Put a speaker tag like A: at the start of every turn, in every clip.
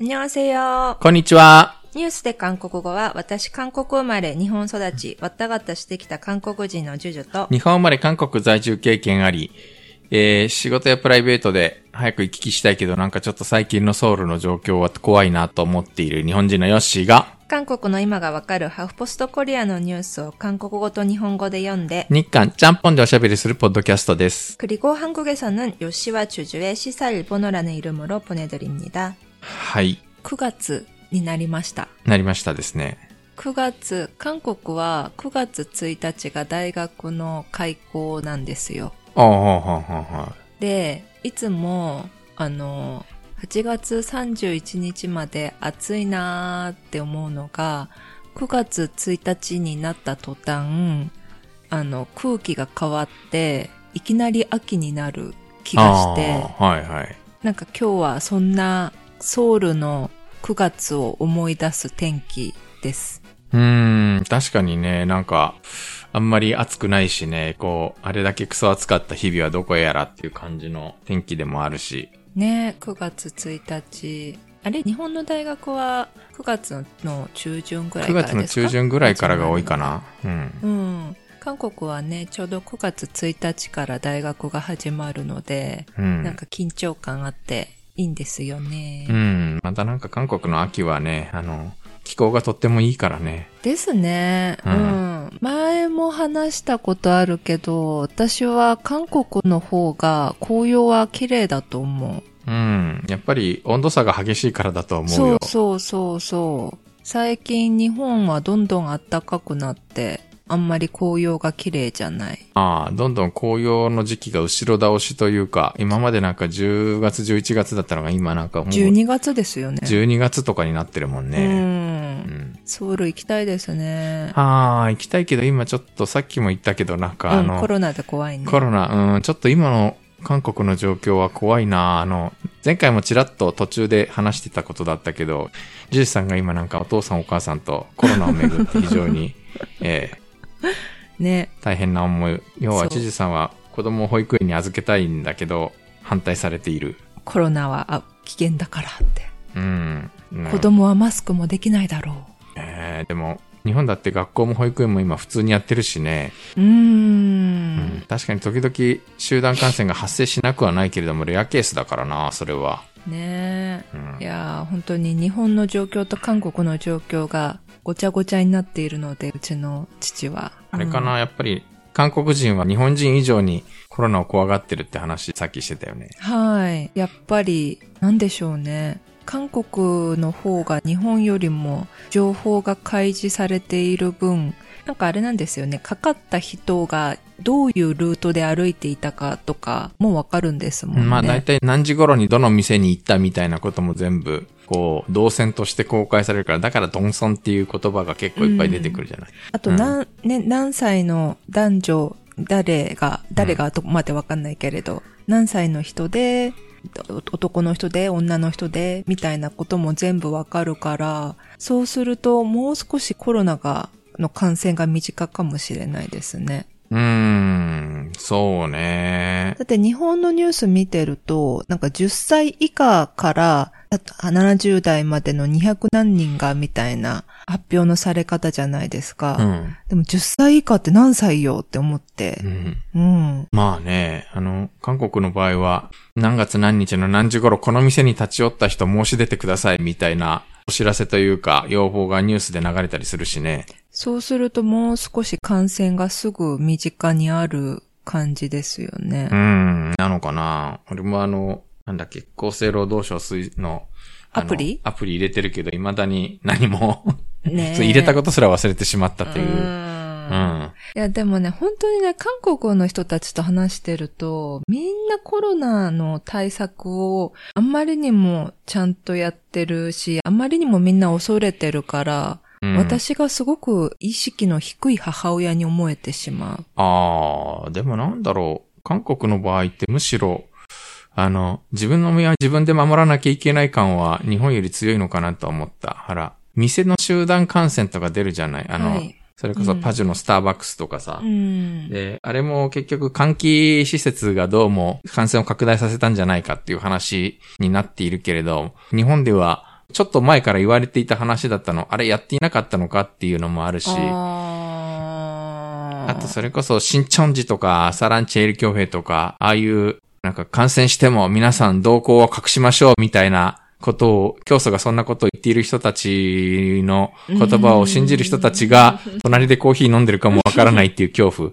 A: 안녕하세요
B: こんにちは。
A: ニュースで韓国語は、私韓国生まれ、日本育ち、わったがったしてきた韓国人のジュジュと、
B: 日本生まれ韓国在住経験あり、えー、仕事やプライベートで早く行き来したいけど、なんかちょっと最近のソウルの状況は怖いなと思っている日本人のヨッシーが、
A: 韓国の今がわかるハーフポストコリアのニュースを韓国語と日本語で読んで、
B: 日韓ちゃんぽんでおしゃべりするポッドキャストです。
A: 그리고 한국에서는 요시와 주주의 시사 일본어라는 이름으로 보내드립니다.
B: はい。
A: 9月になりました.
B: なりましたですね。
A: 9月、韓国は9月1日が大学の開校なんですよ。
B: おーおーおーおーおー
A: で、いつも、あの、8月31日まで暑いなーって思うのが、9月1日になった途端、あの、空気が変わって、いきなり秋になる気がして、
B: あーはいはい。
A: なんか今日はそんなソウルの9月を思い出す天気です。
B: うーん、確かにね、なんか、あんまり暑くないしね、こう、あれだけクソ暑かった日々はどこへやらっていう感じの天気でもあるし。
A: ね9月1日。あれ日本の大学は9月の中旬ぐらい
B: 9
A: から
B: 月の
A: ですか
B: 中旬ぐらいからが多いかな。うん。
A: うん。韓国はね、ちょうど9月1日から大学が始まるので、
B: う
A: なん
B: ん。
A: か緊張感あっていいんですよね。
B: うん。またなんか韓国の秋はね、あの、気候がとってもいいからね。
A: ですね、う。
B: うん
A: 前も話したことあるけど、私は韓国の方が紅葉は綺麗だと思う。
B: うん。やっぱり温度差が激しいからだと思う
A: そう
B: よ。
A: そうそうそう。最近日本はどんどん暖かくなって、あんまり紅葉が綺麗じゃない。
B: ああ、どんどん紅葉の時期が後ろ倒しというか、今までなんか10月、11月だったのが今なんかもう
A: 12月ですよね。
B: 12月とかになってるもんね。
A: うん
B: う。ん
A: ソウル行きたいですね。
B: ああ、行きたいけど今ちょっとさっきも言ったけどなんかあ
A: う
B: の、
A: ん、コロナで怖いね。
B: コロナ、うん、ちょっと今の韓国の状況は怖いなあの、前回もちらっと途中で話してたことだったけど、ジュジュさんが今なんかお父さんお母さんとコロナをめぐって非 常に、ええ
A: ね。
B: 大変な思い。要
A: そ
B: は
A: う
B: ジュジュさんは子供を保育園に預けたいんだけど、反対されている。
A: コロナは、あ、危険だからって。
B: うん。うん
A: 子供はマスクもできないだろ
B: ええでも、日本だって学校も保育園も今普通にやってるしね。
A: う。うーん。
B: うん確かに時々集団感染が発生しなくはないけれども、レアケースだからな、それは。
A: ね
B: うん
A: え。いやー、本当に日本の状況と韓国の状況がごちゃごちゃになっているので、うちの父は。
B: あれかな、
A: うん
B: やっぱり、韓国人は日本人以上にコロナを怖がってるって話、さっきしてたよね。
A: はい。やっぱり、なんでしょうね。韓国の方が日本よりも情報が開示されている分、なんかあれなんですよね。かかった人がどういうルートで歩いていたかとかもわかるんですもんね。
B: まあ、大体何時頃にどの店に行ったみたいなことも全部、こう、動線として公開されるから、だからドンソンっていう言葉が結構いっぱい出てくるじゃない。
A: あと何、ね、何歳の男女、誰が、誰がとまでわかんないけれど、何歳の人で、お男の人で、女の人で、みたいなことも全部わかるから、そうするともう少しコロナが、の感染が短かもしれないですね。
B: うーん、そうね。
A: だって日本のニュース見てると、なんか10歳以下からあ70代までの200何人がみたいな発表のされ方じゃないですか。
B: うん。
A: でも10歳以下って何歳よって思って
B: う。ん
A: うん。
B: まあね、あの、韓国の場合は、何月何日の何時頃この店に立ち寄った人申し出てくださいみたいなお知らせというか、要望がニュースで流れたりするしね。
A: そうするともう少し感染がすぐ身近にある感じですよね
B: う。ん、なのかな俺もあの、なんだっけ、厚生労働省推の、あの
A: アプリ
B: アプリ入れてるけど、未だに何も、
A: ねえ。
B: 入れたことすら忘れてしまったというう。うんん。
A: いや、でもね、本当にね、韓国の人たちと話してると、みんなコロナの対策をあんまりにもちゃんとやってるし、あんまりにもみんな恐れてるから、
B: うん、
A: 私がすごく意識の低い母親に思えてしまう。
B: ああ、でもなんだろう。韓国の場合ってむしろ、あの、自分の身は自分で守らなきゃいけない感は日本より強いのかなと思った。あら、店の集団感染とか出るじゃないあの、
A: はい
B: それこそ
A: うん
B: パジュのスターバックスとかさ。
A: うん。
B: で、あれも結局換気施設がどうも感染を拡大させたんじゃないかっていう話になっているけれど、日本ではちょっと前から言われていた話だったの、あれやっていなかったのかっていうのもあるし、
A: あー
B: あとそれこそ、新チョンジとか、サランチェール教兵とか、ああいう、なんか感染しても皆さん動向を隠しましょうみたいなことを、教祖がそんなことを言っている人たちの言葉を信じる人たちが、隣でコーヒー飲んでるかもわからないっていう恐怖。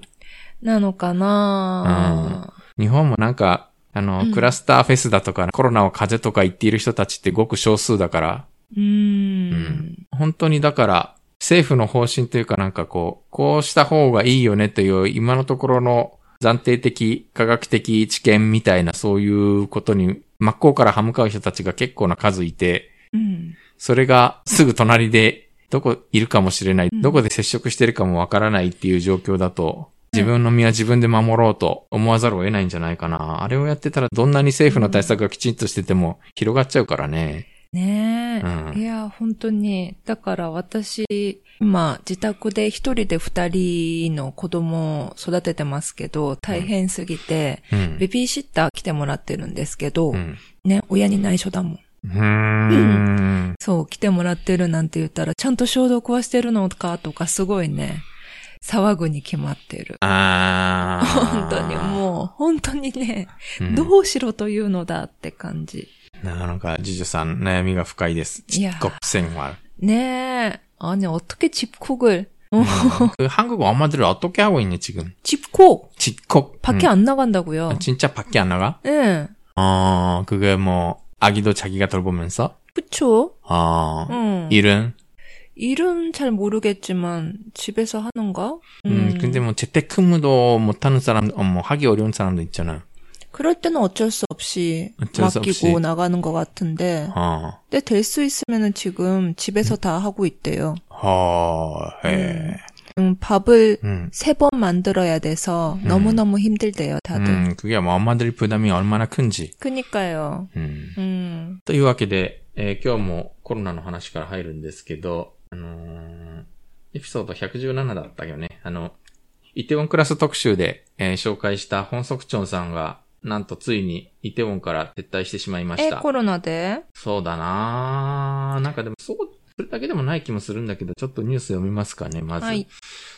A: なのかな
B: 日本もなんか、あの
A: う、ん
B: クラスターフェスだとか、コロナを風邪とか言っている人たちってごく少数だから、
A: うー。
B: うん本当にだから、政府の方針というかなんかこう、こうした方がいいよねという今のところの暫定的、科学的知見みたいなそういうことに真っ向から歯向かう人たちが結構な数いて、
A: うん。
B: それがすぐ隣でどこいるかもしれない、
A: うん
B: どこで接触してるかもわからないっていう状況だと、自分の身は自分で守ろうと思わざるを得ないんじゃないかな。あれをやってたらどんなに政府の対策がきちんとしてても広がっちゃうからね。
A: ねえ。
B: うん
A: いや、本当に。だから私、今、自宅で一人で二人の子供を育ててますけど、大変すぎて、
B: うん
A: ベ。ビーシッター来てもらってるんですけど、
B: うん。
A: ね、親に内緒だもん。
B: うーん。
A: そう、来てもらってるなんて言ったら、ちゃんと消毒はしてるのかとか、すごいね、騒ぐに決まってる。
B: あー
A: 本当に、もう、本当にね、
B: うん
A: どうしろというのだって感じ。
B: なんか、ジュジュさん、悩みが深いです。
A: いやー
B: 직업생활.
A: 네, 아니 어떻게 집콕을 어,
B: 음, 그 한국어 엄마들을 어떻게 하고 있니, 지금?
A: 집콕
B: 직콕.
A: 밖에
B: 음.
A: 안 나간다고요.
B: 아, 진짜 밖에 안 나가?
A: 예,
B: 어, 그게 뭐, 아기도 자기가 돌보면서?
A: 그쵸?
B: 어,
A: 응.
B: 일은?
A: 일은 잘 모르겠지만 집에서 하는가?
B: 음,
A: 그-
B: 근데 뭐, 재택근무도 못하는 사람, 어, 뭐, 하기 어려운 사람도 있잖아.
A: 그럴 때는 어쩔 수 없이
B: 어쩔 수
A: 맡기고
B: 없이.
A: 나가는 것 같은데.
B: 어,
A: 근데 될 수 있으면은 지금 집에서 다 하고 있대요.
B: 허, 해.
A: 음, 밥을
B: 음.
A: 세 번 만들어야 돼서
B: 음.
A: 너무너무 힘들대요, 다들.
B: 음, 그게 뭐, 엄마들 부담이 얼마나 큰지.
A: 그니까요.
B: 음.
A: 음,
B: というわけで、えー今日もコロナの話から入るんですけど、あのーエピソード117だったよね。あの、イテウォンクラス特集で、えー紹介した本則チョンさんが、なんとついにイテウォンから撤退してしまいまし
A: 에
B: た。
A: 코로나 대.
B: そうだなぁ。なんかでも、そう、それだけでもない気もするんだけど、ちょっとニュース読みますかね、まず。
A: はい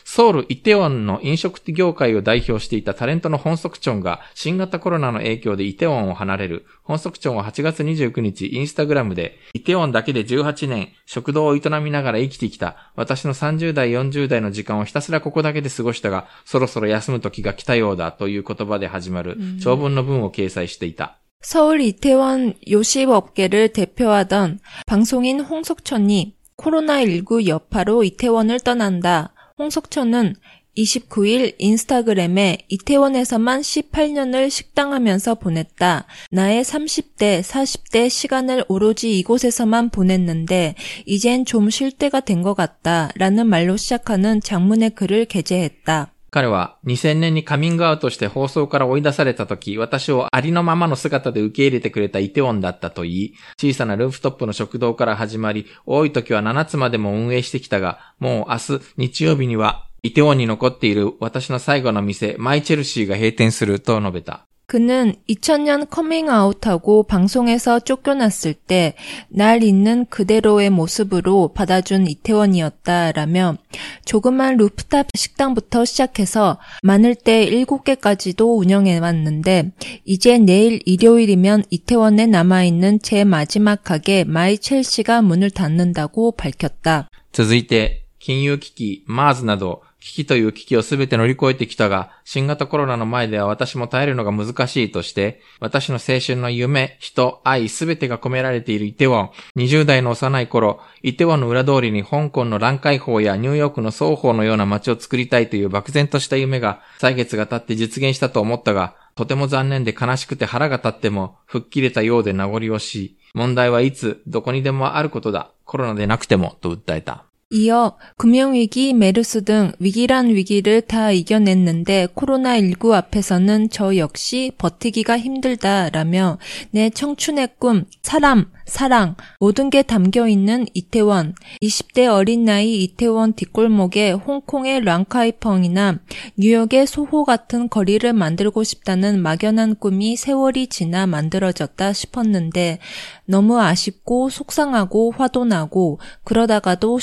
B: ソウル・イテウォンの飲食業界を代表していたタレントの本則チョンが、新型コロナの影響でイテウォンを離れる。本則チョンは8月29日、インスタグラムで、イテウォンだけで18年、食堂を営みながら生きてきた。私の30代、40代の時間をひたすらここだけで過ごしたが、そろそろ休む時が来たようだ、という言葉で始まる
A: うん、
B: 長文の文を掲載していた。
A: 서울 이태원 요식 업계를 대표하던 방송인 홍석천이 코로나19 여파로 이태원을 떠난다. 홍석천은 29일 인스타그램에 이태원에서만 18년을 식당하면서 보냈다. 나의 30대, 40대 시간을 오로지 이곳에서만 보냈는데, 이젠 좀 쉴 때가 된 것 같다. 라는 말로 시작하는 장문의 글을 게재했다.
B: 彼は2000年にカミングアウトして放送から追い出された時、私をありのままの姿で受け入れてくれたイテウォンだったと言い、小さなルーフトップの食堂から始まり、多い時は7つまでも運営してきたが、もう明日日曜日には、イテウォンに残っている私の最後の店、マイチェルシーが閉店すると述べた。
A: 그는 2000년 커밍아웃하고 방송에서 쫓겨났을 때 날 있는 그대로의 모습으로 받아준 이태원이었다라며 조그만 루프탑 식당부터 시작해서 많을 때 7개까지도 운영해왔는데 이제 내일 일요일이면 이태원에 남아있는 제 마지막 가게 마이 첼시가 문을 닫는다고 밝혔다.
B: 続いて、金融危機、マーズなど、危機という危機をすべて乗り越えてきたが、新型コロナの前では私も耐えるのが難しいとして、私の青春の夢、人、愛、すべてが込められているイテウォン。20代の幼い頃、イテウォンの裏通りに香港の蘭開放やニューヨークの双方のような街を作りたいという漠然とした夢が、歳月が経って実現したと思ったが、とても残念で悲しくて腹が立っても、吹っ切れたようで名残惜しい。問題はいつ、どこにでもあることだ。コロナでなくても、と訴えた。
A: 이어 금융위기, 메르스 등 위기란 위기를 다 이겨냈는데 코로나19 앞에서는 저 역시 버티기가 힘들다라며 내 청춘의 꿈, 사람, 사랑, 모든 게 담겨 있는 이태원, 20대 어린 나이 이태원 뒷골목에 홍콩의 랑카이펑이나 뉴욕의 소호 같은 거리를 만들고 싶다는 막연한 꿈이 세월이 지나 만들어졌다 싶었는데 너무 아쉽고 속상하고 화도 나고 그러다가도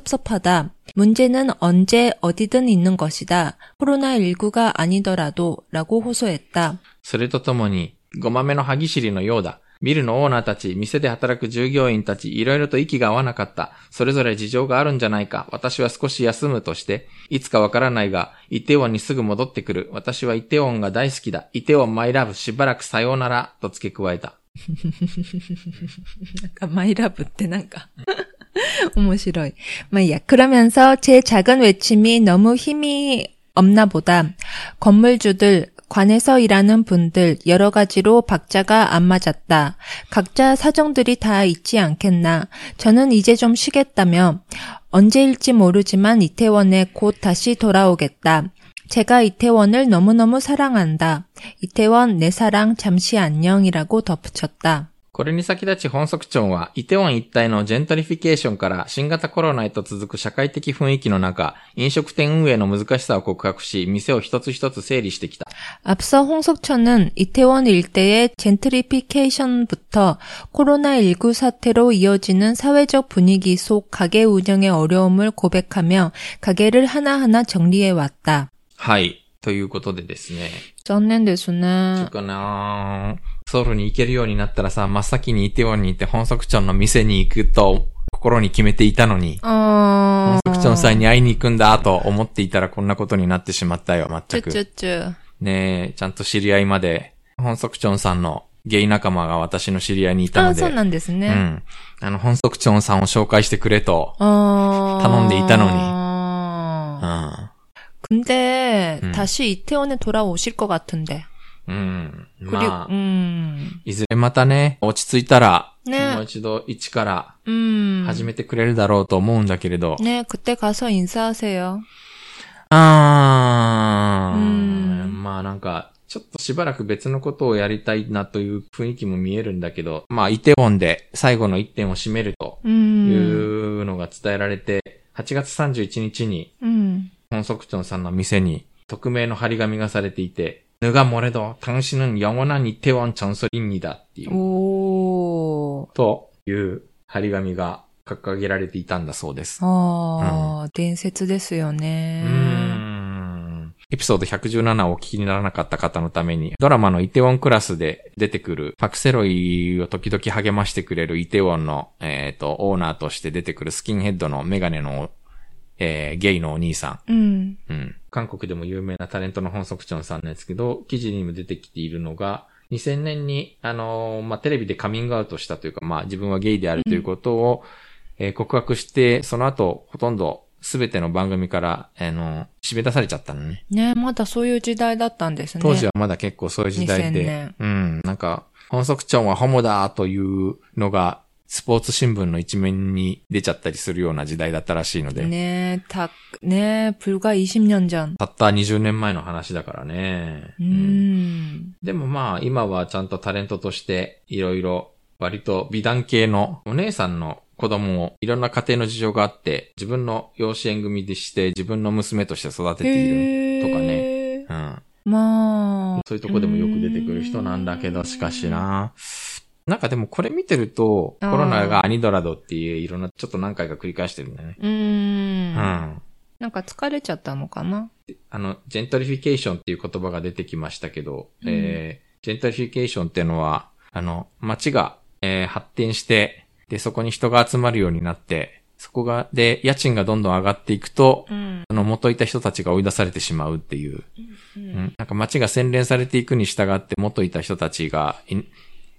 A: 시원섭섭하다. 문제는 언제 어디든 있는 것이다. 코로나19가 아니더라도 라고 호소했다.
B: それとともに、ごまめの歯ぎしりのようだ。ビルのオーナーたち、店で働く従業員たち、いろいろと息が合わなかった。それぞれ事情があるんじゃないか。私は少し休むとして、いつかわからないが、イテウォンにすぐ戻ってくる。私はイテウォンが大好きだ。イテウォンマイラブ、しばらくさようなら、と付け加えた。
A: なんかマイラブってなんか面白い。まあいいや。그러면서제작은외침이너무힘이없나보다 건물주들 관에서 일하는 분들 여러 가지로 박자가 안 맞았다. 각자 사정들이 다 있지 않겠나. 저는 이제 좀 쉬겠다며 언제일지 모르지만 이태원에 곧 다시 돌아오겠다. 제가 이태원을 너무너무 사랑한다. 이태원 내 사랑 잠시 안녕이라고 덧붙였다.
B: これに先立ち本則庁は、イテウォン一帯のジェントリフィケーションから新型コロナへと続く社会的雰囲気の中、飲食店運営の難しさを告白し、店を一つ一つ整理してきた。
A: 앞서 홍석천은 이태원 일대의 젠트리피케이션부터 코로나19 사태로 이어지는 사회적 분위기 속 가게 운영의 어려움을 고백하며 가게를 하나하나 정리해왔다.
B: はい。ということでですね。
A: 쩐넨데수는
B: かなソウルに行けるようになったらさ、真っ先にイテウォンに行って本足町の店に行くと心に決めていたのに、
A: 어...
B: 本足町さんに会いに行くんだと思っていたらこんなことになってしまったよ、全く。
A: 쭈쭈쭈.
B: ねえ、ちゃんと知り合いまで、本足町さんのゲイ仲間が私の知り合いにいたの
A: 아,
B: で、う
A: 손난데스네.
B: ん。あの、本足町さんを紹介してくれと、
A: 어...
B: 탐험대 있다노니.
A: 어.
B: うん。
A: 근데
B: 음.
A: 다시 이태원에 돌아오실 것 같은데.
B: うん。
A: 그리고
B: まあ、
A: 음.
B: いずれまたね、落ち着いたら、
A: ね
B: もう一度一から
A: 음.
B: 始めてくれるだろうと思うんだけれど、
A: 네, 그때 가서 인사하세요.
B: あー
A: うん
B: まあなんか、ちょっとしばらく別のことをやりたいなという雰囲気も見えるんだけど、まあ、イテウォンで最後の1点を締めると
A: 음.
B: いうのが伝えられて、8月31日に、
A: 음.
B: 本足町さんの店に、匿名の張り紙がされていて、ぬがもれど、당신은영원한이태원전설입니다っていう、
A: 오.
B: という張り紙が掲げられていたんだそうです。
A: 어,伝説ですよね.
B: うーんエピソード117をお聞きにならなかった方のために、ドラマのイテウォンクラスで出てくる、パクセロイを時々励ましてくれるイテウォンの、えっ、と、オーナーとして出てくるスキンヘッドのメガネの、えーゲイのお兄さ
A: 음.
B: ん。うん。韓国でも有名なタレントの本則長さんなんですけど、記事にも出てきているのが、2000年に、あのーまあ、テレビでカミングアウトしたというか、まあ、自分はゲイであるということを、えー告白して、その後、ほとんど、すべての番組から、あのー締め出されちゃったのね。
A: 네, 맞다. そういう時代だったんですね.
B: 当時はまだ結構そういう時代
A: 2000
B: で
A: 年、
B: うん、なんか、本則町はホモだというのが、スポーツ新聞の一面に出ちゃったりするような時代だったらしいので、
A: 네, 다, 네, 불과 20년 전.
B: たった20年前の話だからね。うん
A: 음.
B: でもまあ、今はちゃんとタレントとして、いろいろ、割と美談系のお姉さんの子供をいろんな家庭の事情があって、自分の養子縁組でして、自分の娘として育ててい
A: 해-
B: る。또 가네. うん。
A: 마.
B: そういうとこでもよく出てくる人なんだけど、しかしな。なんかでもこれ見てると、コ
A: あー
B: ロナがアニドラドっていういろんな、ちょっと何回か繰り返してるんだよね。
A: 음.
B: うん。
A: 뭔가 疲れちゃったのかな?
B: あの、ジェントリフィケーションっていう言葉が出てきましたけど、
A: うん
B: えージェントリフィケーションっていうのは、あの、街が、えー発展して、で、そこに人が集まるようになって、そこが、で、家賃がどんどん上がっていくと、
A: 음.
B: あの、元いた人たちが追い出されてしまうっていう。うん、なんか街が洗練されていくに従って元いた人たちがい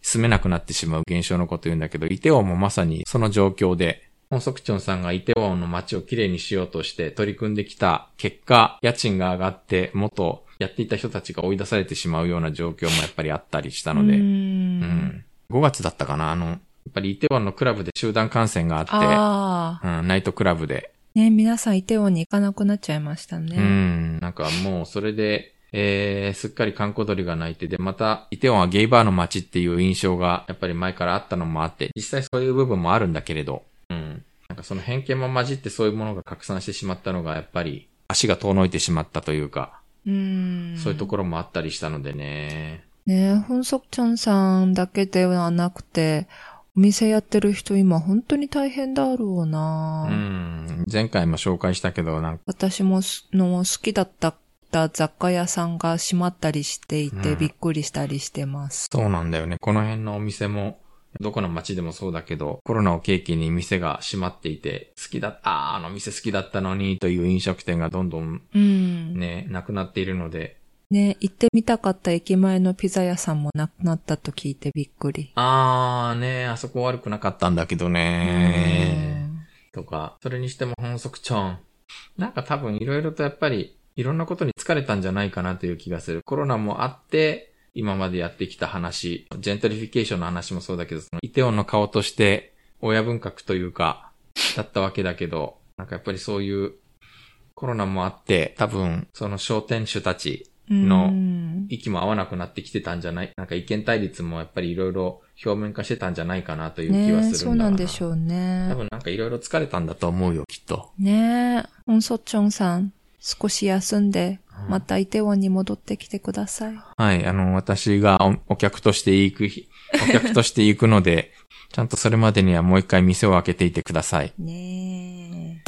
B: 住めなくなってしまう現象のこと言うんだけど、イテウォンもまさにその状況で、ホンソクチョンさんがイテウォンの街をきれいにしようとして取り組んできた結果、家賃が上がって元やっていた人たちが追い出されてしまうような状況もやっぱりあったりしたので、
A: 음.
B: うん。5月だったかなあの、っぱりイテウォンのクラブで集団感染があっ
A: ああ。
B: て、うん、ナイトクラブで。
A: ね、皆さんイテウォンに行かなくなっちゃいました
B: う
A: ね。
B: ん、なんかもうそれで、えー、すっかり観光鳥が鳴いて、で、また、イテウォンはゲイバーの街っていう印象が、やっぱり前からあったのもあって、実際そういう部分もあるんだけれど、うん。なんかその偏見も混じってそういうものが拡散してしまったのが、やっぱり、足が遠のいてしまったというか、
A: うん。
B: そういうところもあったりしたのでね。
A: ねえ、本足ちゃんさんだけではなくて、お店やってる人今本当に大変だろう
B: う
A: な、
B: ん。前回も紹介したけど、なんか、
A: 私もすの好きだった雑貨屋さんが閉まったりしていて、
B: うん
A: びっくりしたりしてます。
B: そうなんだよね。この辺のお店も、どこの街でもそうだけど、コロナを契機に店が閉まっていて、好きだった、あーあの店好きだったのに、という飲食店がどんどん
A: うん。ね
B: ね、なくなっているので、
A: 行ってみたかった駅前のピザ屋さんもなくなったと聞いてびっくり。
B: あーね、あそこ悪くなかったんだけどね、とか、それにしても本足ちゃん。なんか多分いろいろとやっぱり、いろんなことに疲れたんじゃないかなという気がする。コロナもあって、今までやってきた話、ジェントリフィケーションの話もそうだけど、そのイテオンの顔として、親分格というか、だったわけだけど、なんかやっぱりそういう、コロナもあって、多分、その商店主たち、
A: うん
B: の
A: うん
B: 息も合わなくなってきてたんじゃないなんか意見対立もやっぱりいろいろ表面化してたんじゃないかなという気
A: ねえ
B: はするんだ
A: そうなんでし
B: ょ
A: ょう
B: う
A: ね
B: 多。分なんかいろいろ疲れたんだと思うよ、きっと。
A: ねえ、本足ちゃんさん、少し休んで、
B: うん
A: またイテウォンに戻ってきてください。
B: はい、あの、私がおお客として行く 日、お客として行くので、ちゃんとそれまでにはもう一回店を開けていてください。
A: ね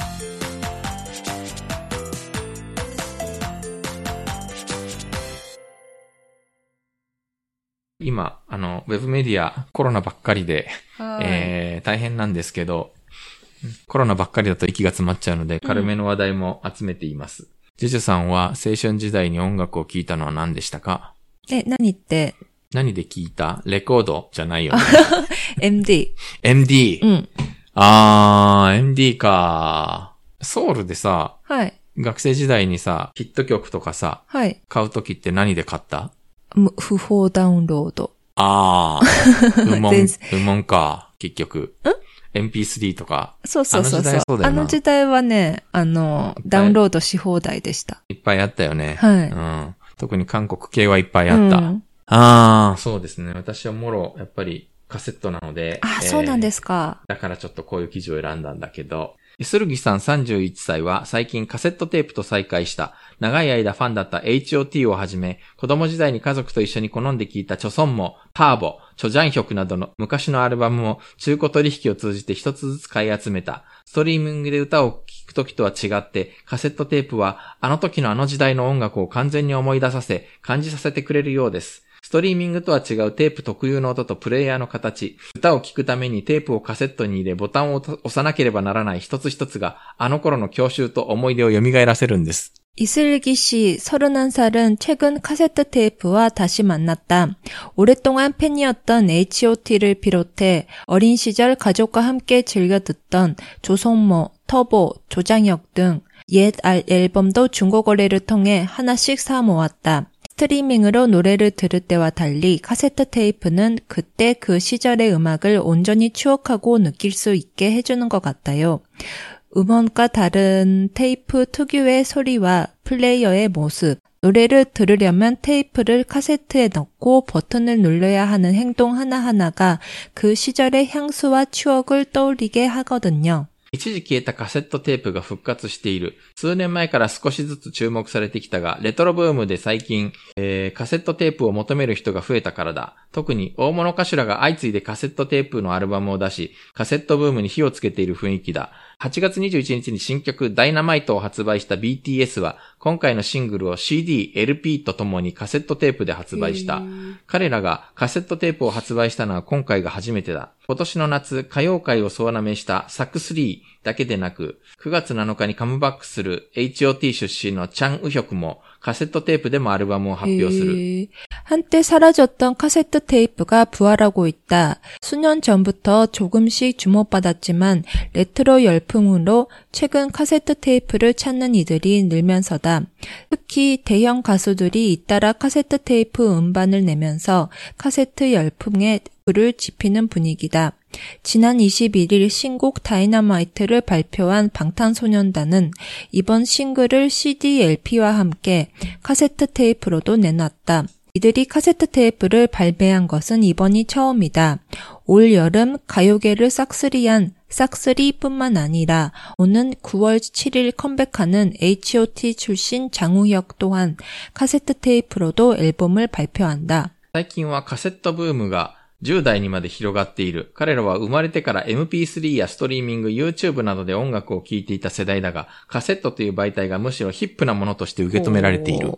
B: 今、あの、ウェブメディア、コロナばっかりで、
A: え。はい。
B: えー、大変なんですけど、コロナばっかりだと息が詰まっちゃうので、軽めの話題も集めています。ジュジュさんは青春時代に音楽を聴いたのは何でしたか
A: え、何って、
B: 何で聞いたレコードじゃないよ ね。
A: MD。
B: MD。
A: うん。
B: あー、MD か。ソウルでさ、
A: はい。
B: 学生時代にさ、ヒット曲とかさ、
A: はい。
B: 買うときって何で買った
A: む不法ダウンロード。
B: あ ー、うも
A: 全
B: ん、うもんか、結局。MP3 とか、
A: そうそうそうそう。
B: あの時代そうだよな
A: あの時代はね、あの、ダウンロードし放題でした。
B: いっぱいあったよね。
A: は
B: う
A: い。
B: ん。特に韓国系はいっぱいあった。
A: うん
B: ああ、そうですね。私はもろ、やっぱりカセットなので。。
A: あ、そうなんですすか。
B: だからちょっとこういう記事を選んだんだけど。するぎさん31歳は最近カセットテープと再会した。長い間ファンだった HOT をはじめ、子供時代に家族と一緒に好んで聴いたチョソンも、ターボ、チョジャンヒョクなどの昔のアルバムを中古取引を通じて一つずつ買い集めた。ストリーミングで歌を聴く時とは違って、カセットテープはあの時のあの時代の音楽を完全に思い出させ、感じさせてくれるようです。ストリーミングとは違うテープ特有の音とプレイヤーの形、歌を聴くためにテープをカセットに入れボタンを押さなければならない一つ一つがあの頃の教習と思い出を蘇らせるんです。
A: 이슬기 씨, 31살은 최근 카세트 테이프와 다시 만났다. 오랫동안 팬이었던 H.O.T.를 비롯해 어린 시절 가족과 함께 즐겨 듣던 조성모, 터보, 조장혁 등 옛 앨범도 중고거래를 통해 하나씩 사 모았다. 스트리밍으로 노래를 들을 때와 달리 카세트 테이프는 그때 그 시절의 음악을 온전히 추억하고 느낄 수 있게 해주는 것 같아요. 음원과 다른 테이프 특유의 소리와 플레이어의 모습, 노래를 들으려면 테이프를 카세트에 넣고 버튼을 눌러야 하는 행동 하나하나가 그 시절의 향수와 추억을 떠올리게 하거든요.
B: 一時消えたカセットテープが復活している。数年前から少しずつ注目されてきたが、レトロブームで最近、えーカセットテープを求める人が増えたからだ。特に大物歌手らが相次いでカセットテープのアルバムを出し、カセットブームに火をつけている雰囲気だ。8月21日に新曲ダイナマイトを発売した BTS は、今回のシングルを CD、LP とともにカセットテープで発売した。彼らがカセットテープを発売したのは今回が初めてだ。今年の夏、歌謡界を総なめしたサク3だけでなく、9月7日にカムバックする HOT 出身のチャン・ウヒョクもカセットテープでもアルバムを発表する。
A: 예. 한때 사라졌던 카세트 테이프가 부활하고 있다. 수년 전부터 조금씩 주목받았지만 레트로 열풍으로 최근 카세트 테이프를 찾는 이들이 늘면서다. 특히 대형 가수들이 잇따라 카세트 테이프 음반을 내면서 카세트 열풍에 불을 지피는 분위기다. 지난 21일 신곡 다이너마이트를 발표한 방탄소년단은 이번 싱글을 CD, LP와 함께 카세트 테이프로도 내놨다. 이들이 카세트 테이프를 발매한 것은 이번이 처음이다. 올 여름 가요계를 싹쓸이한 싹쓸이뿐만 아니라 오는 9월 7일 컴백하는 H.O.T 출신 장우혁 또한 카세트 테이프로도 앨범을 발표한다.
B: 最近はカセットブームが10代にまで広がっている。彼らは生まれてから MP3 やストリーミング、YouTube などで音楽を聴いていた世代だが、カセットという媒体がむしろヒップなものとして受け止められている。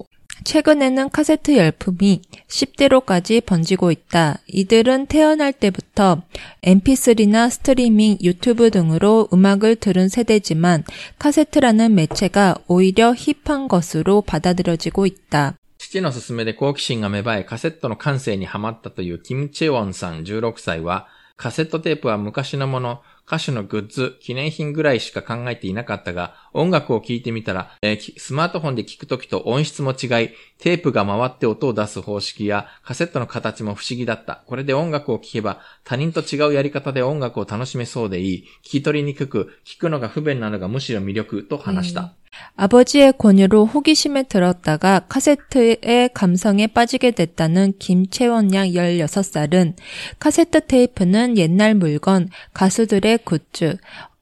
A: 최근에는 카세트 열풍이 10대로까지 번지고 있다. 이들은 태어날 때부터 mp3나 스트리밍, 유튜브 등으로 음악을 들은 세대지만 카세트라는 매체가 오히려 힙한 것으로 받아들여지고 있다.
B: 父の勧めで好奇心が芽生え、カセットの感性にハマったというキム・チェウォンさん16歳は、カセットテープは昔のもの、歌手のグッズ、記念品ぐらいしか考えていなかったが、音楽を聴いてみたら、えーきスマートフォンで聴くときと音質も違い、テープが回って音を出す方式や、カセットの形も不思議だった。これで音楽を聴けば、他人と違うやり方で音楽を楽しめそうでいい、聞き取りにくく、聞くのが不便なのがむしろ魅力と話した。
A: 아버지의 권유로 호기심에 들었다가 카세트의 감성에 빠지게 됐다는 김채원 양 16살은 카세트 테이프는 옛날 물건, 가수들의 굿즈,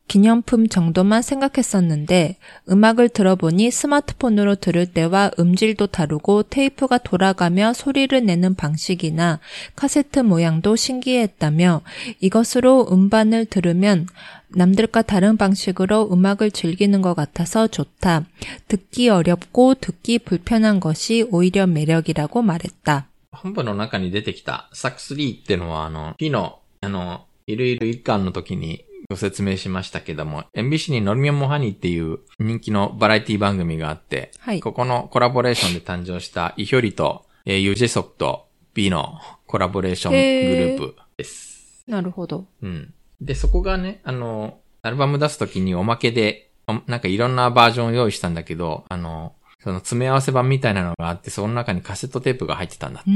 A: 기념품 정도만 생각했었는데 음악을 들어보니 스마트폰으로 들을 때와 음질도 다르고 테이프가 돌아가며 소리를 내는 방식이나 카세트 모양도 신기했다며 이것으로 음반을 들으면 남들과 다른 방식으로 음악을 즐기는 것 같아서 좋다. 듣기 어렵고 듣기 불편한 것이 오히려 매력이라고 말했다.
B: 本部の中に出てきた、サクスリーってのは、あの、ピの、あの、いろいろ一巻の時にご説明しましたけども、MBC にノルミョンモハニーっていう人気のバラエティ番組があって、
A: はい
B: ここのコラボレーションで誕生した、イヒョリと、えーユジェソプと、ピの コラボレーショングループです。
A: なるほど。
B: うん。で、そこがね、あの、アルバム出すときにおまけで、おなんかいろんなバージョンを用意したんだけど、あの、その詰め合わせ版みたいなのがあって、その中にカセットテープが入ってたんだ
A: 음.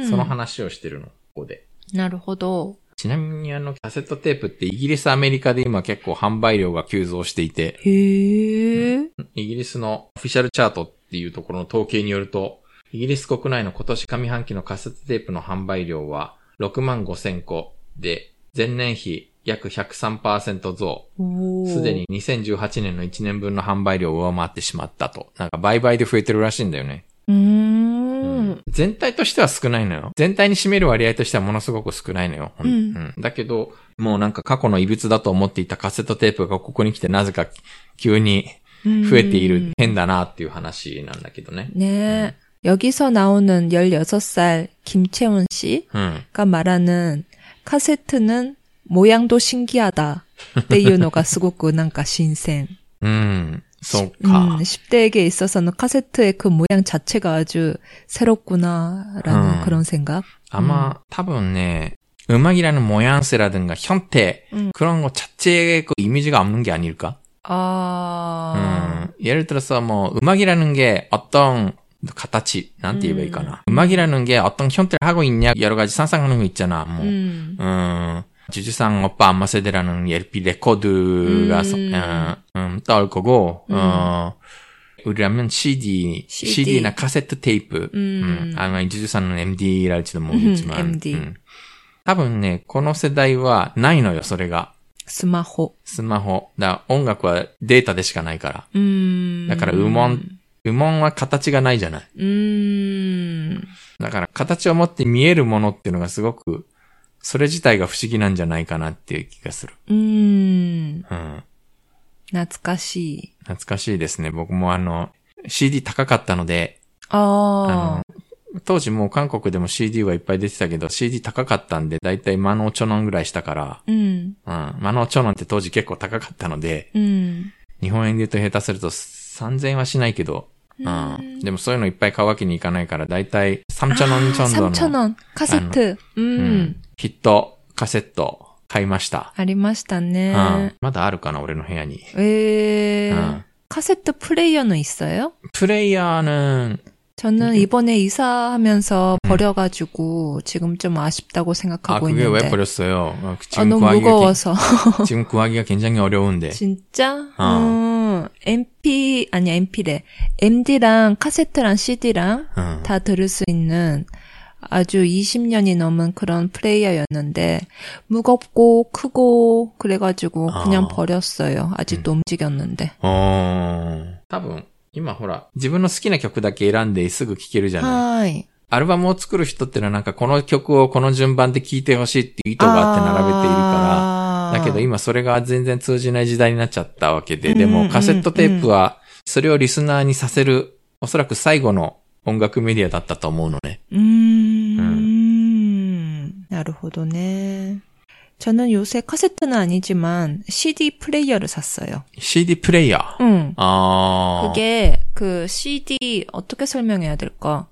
B: って。その話をしてるの、ここで。
A: なるほど。
B: ちなみにあの、カセットテープってイギリス、アメリカで今結構販売量が急増していて、
A: へえ。
B: イギリスのオフィシャルチャートっていうところの統計によると、イギリス国内の今年上半期のカセットテープの販売量は6万5千個で、前年比約103%増、
A: おー
B: すでに2018年の1年分の販売量を上回ってしまったと。なんか倍々で増えてるらしいんだよね。
A: うーん。
B: 全体としては少ないのよ。全体に占める割合としてはものすごく少ないのよ。ほん
A: うん
B: うんだけど、もうなんか過去の異物だと思っていたカセットテープがここに来てなぜか急に
A: 음.
B: 増えている変だなっていう話なんだけどね。
A: 네. 여기서 나오는 16살 김채원 씨가
B: うん。
A: 말하는 카세트는 모양도 신기하다. 네, っていうのがすごくなんか新鮮.
B: うん。そっか。
A: 10대에게 음, 있어서는 카세트의 그 모양 자체가 아주 새롭구나라는
B: 음.
A: 그런 생각.
B: あんま、多分ね、馬嫌いのモヤンセラ든가、ヒョンテ、
A: うん
B: クロンゴ、チャッチェ、イミジが없는게아닐까
A: 아.
B: 음, 예를 들어서 뭐 음악이라는 게 어떤 가타치 난테
A: 음.
B: 이베이까나 음악이라는 게 어떤 형태를 하고 있냐 여러 가지 상상하는 거 있잖아. 뭐
A: 음.
B: 음, 주주상 오빠 안마 세대라는 LP 레코드가 서-
A: 음.
B: 음, 음, 떠올 거고
A: 음.
B: 어, 우리라면 CD,
A: CD.
B: 나 카세트 테이프,
A: 음.
B: 음, 아마 이주주상은 MD랄지도 모르겠지만,
A: 음, MD.
B: 음. 多分ね、この世代はないのよ、それが。スマホ。だ、音楽はデータでしかないから。
A: 스마호. 음.
B: だから、うもん、うもんは形がないじゃない。
A: 음.
B: だから、形を持って見えるものっていうのがすごく、それ自体が不思議なんじゃないかなっていう気がする。
A: 음.
B: うん。
A: 懐かしい。
B: 懐かしいですね。僕もあの、CD 高かったので、
A: 아,
B: あの、当時もう韓国でも CD はいっぱい出てたけど、CD 高かったんで、だいたいマノーチョノンぐらいしたから、
A: 음,
B: うん。マノーチョノンって当時結構高かったので、
A: 음.
B: 日本円で言うと下手すると3000円はしないけど、うん。でもそういうのいっぱい買うわけにいかないから、だいたい3チョノンチョンドの。
A: 아, 3,000원. 카세트.
B: う
A: 음.
B: ん。ヒット、カセット、買いました。
A: ありましたね.
B: うん。まだあるかな、俺の部屋に。
A: 에.
B: 아.
A: 카세트 플레이어는 있어요?
B: 플레이어는
A: 저는 이번에 이사하면서
B: 음.
A: 버려가지고 지금 좀 아쉽다고
B: 아,
A: 생각하고
B: 그게
A: 있는데.
B: 왜 버렸어요? 어,
A: 아,
B: 지금
A: 너무
B: 구하기가, 네.
A: 무거워서.
B: 개- 지금 구하기가 굉장히 어려운데.
A: 진짜?
B: 어.
A: 음, MP, 아니 MP래. MD랑 카세트랑 CD랑
B: 응.
A: 다 들을 수 있는 아주 20년이 넘은 그런 플레이어였는데 무겁고 크고 그래가지고 그냥
B: 아.
A: 버렸어요. 아직도 움직였는데.
B: おー多分、今ほら、自分の好きな曲だけ選んですぐ聴けるじゃない。
A: はい。
B: アルバムを作る人ってのはなんかこの曲をこの順番で聴いてほしいっていう意図があって並べているから、
A: 아.
B: だけど今それが全然通じない時代になっちゃったわけで、で
A: うんうんうん
B: もカセットテープはそれをリスナーにさせる、おそらく最後の音楽メディアだったと思うのね。
A: 음, 나루호도네 저는 요새 카세트는 아니지만 CD 플레이어를 샀어요.
B: CD プレイヤー。
A: 응.
B: あー。
A: 그게 그 CD 어떻게 설명해야 될까?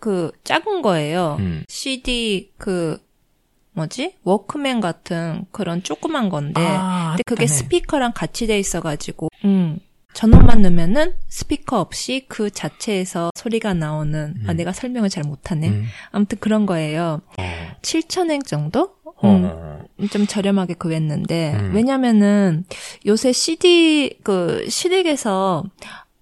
A: 그 작은 거예요.
B: うん。
A: CD 그 뭐지? 워크맨 같은 그런 조그만 건데.
B: あー
A: 근데 그게
B: あったね
A: 스피커랑 같이 돼 있어가지고, 음, 전원만 넣으면은 스피커 없이 그 자체에서 소리가 나오는, 아,
B: 음.
A: 내가 설명을 잘 못하네.
B: うん
A: 아무튼 그런 거예요.
B: 어.
A: 7,000엔 정도?
B: うん
A: 음, 좀 저렴하게 구했는데,
B: 어. 음.
A: 왜냐면은 요새 CD, 그, 시댁에서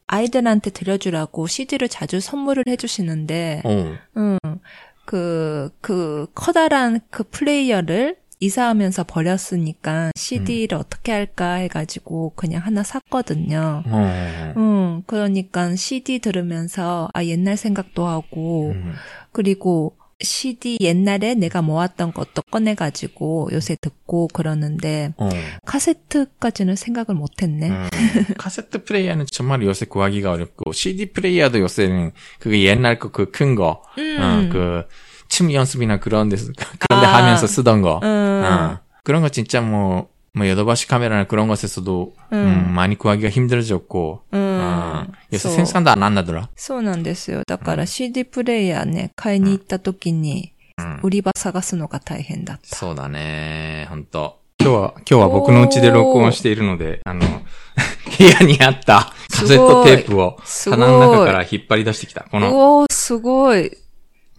A: 아이들한테 들려주라고 CD를 자주 선물을 해주시는데,
B: うんうん
A: 그, 그 커다란 그 플레이어를 이사하면서 버렸으니까 CD를 어떻게 할까 해가지고 그냥 하나 샀거든요.
B: うん
A: 음, 그러니까 CD 들으면서 아, 옛날 생각도
B: う
A: 하고,
B: ん
A: 그리고 CD 옛날에 내가 모았던 것도 꺼내가지고 요새 듣고 그러는데,
B: うん
A: 카세트까지는 생각을 못했네.
B: うんカセットプレイヤーのちょまる寄せ小ぎが力고 CD 플레이어도 요새는 그게 옛날 거그 큰 거,
A: 음.
B: 어, 그, 춤 연습이나 그런 데서, 그런 데
A: 아.
B: 하면서 쓰던 거.
A: 음.
B: 어. 그런 거 진짜 뭐, 뭐, 여도바시 카메라나 그런 것에서도,
A: 음.
B: 음, 많이 구하기가 힘들어졌고,
A: 음.
B: 어,
A: 그래서-
B: 요새 생산도 안 한다더라.
A: そうなんですよ。だか
B: う
A: ら CD プレイヤーね、買いに行った時に、
B: うん
A: 売り場探すのが大変だった。
B: そうだね、ほんと。今日は、今日は僕の家で録音しているので、あの、 部屋にあったカセットテープを
A: すごい
B: 鼻の中から引っ張り出してきた。この、
A: おー、すごい。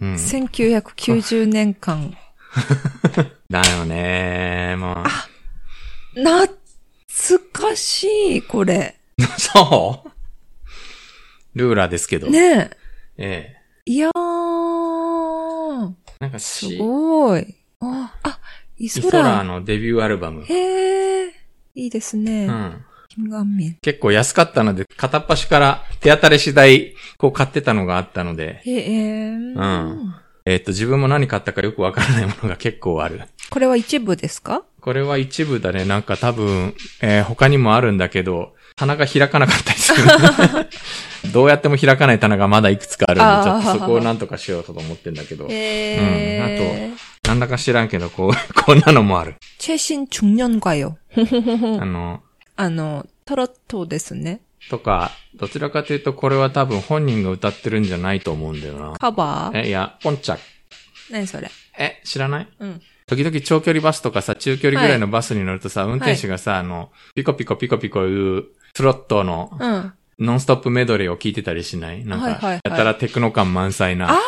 B: うん、
A: 1990年間。
B: だよねもう。
A: 懐かしい、これ。
B: そうルーラーですけど。
A: ね
B: ええ。
A: え。いやー、
B: なんか
A: す
B: し、
A: ごい。あ、あイ
B: イ
A: ソ
B: ソラー
A: ラ。
B: のデビューアルバム。
A: へえー、いいですね。
B: うん。
A: 金顔面。
B: 結構安かったので、片っ端から手当たり次第、こう買ってたのがあったので、
A: へえー、
B: うんえっと、自分も何買ったかよくわからないものが結構ある。
A: これは一部ですか
B: これは一部だね。なんか多分、えー他にもあるんだけど、棚が開かなかったりす る。どうやっても開かない棚がまだいくつかある
A: あー
B: んで、ちょっとそこをなんとかしようと思ってんだけど、
A: へえー。
B: なんだか知らんけど、こう、 こんなのもある。
A: 최신 중년과요.
B: あの、
A: あの、タロットですね。
B: とか、どちらかというとこれは多分本人が歌ってるんじゃないと思うんだよな。
A: カバー
B: え、いや、ポンチャック。
A: 何それ
B: え、知らない
A: うん。
B: 時々長距離バスとかさ、中距離ぐらいのバスに乗るとさ、運転手がさ、あの、ピコピコピコピコいう、スロットの
A: うん。
B: ノンストップメドレーを聞いてたりしないなん
A: はいはい
B: か、
A: はい
B: やたらテクノ感満載な。
A: あ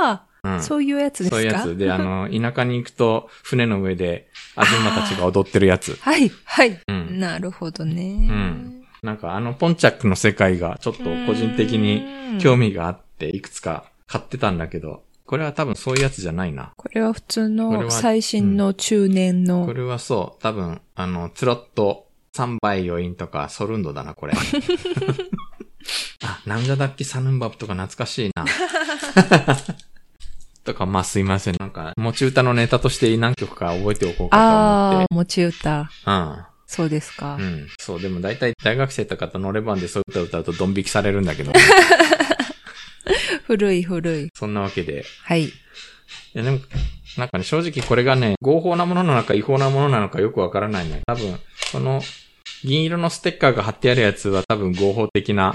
A: あ、
B: うん
A: そういうやつですか
B: そういうやつで、あの、田舎に行くと、船の上で、あずまたちが踊ってるやつ。
A: はい、はい。
B: うん
A: なるほどね。
B: んなんか、あの、ポンチャックの世界が、ちょっと個人的に
A: うん
B: 興味があって、いくつか買ってたんだけど、これは多分そういうやつじゃないな。
A: これは普通
B: これ
A: の
B: は
A: 最新の中年の。
B: これはそう、多分、あの、ツロット3倍余韻とか、ソルンドだな、これ。あ、なんじゃだっけ、サヌンバブとか懐かしいな。とか、まあすいません。なんか、持ち歌のネタとして何曲か覚えておこうかと思
A: あ
B: っ
A: あ、持ち歌。
B: て。
A: そうですか。
B: うん。うん。そう、でも大体大学生とかとノレバンでそういう歌歌うとドン引きされるんだけど、
A: 古い古い。
B: そんなわけで。
A: はい。
B: いやでも、なんかね、正直これがね、合法なものなのか違法なものなのかよくわからないね。多分、この、銀色のステッカーが貼ってあるやつは多分合法的な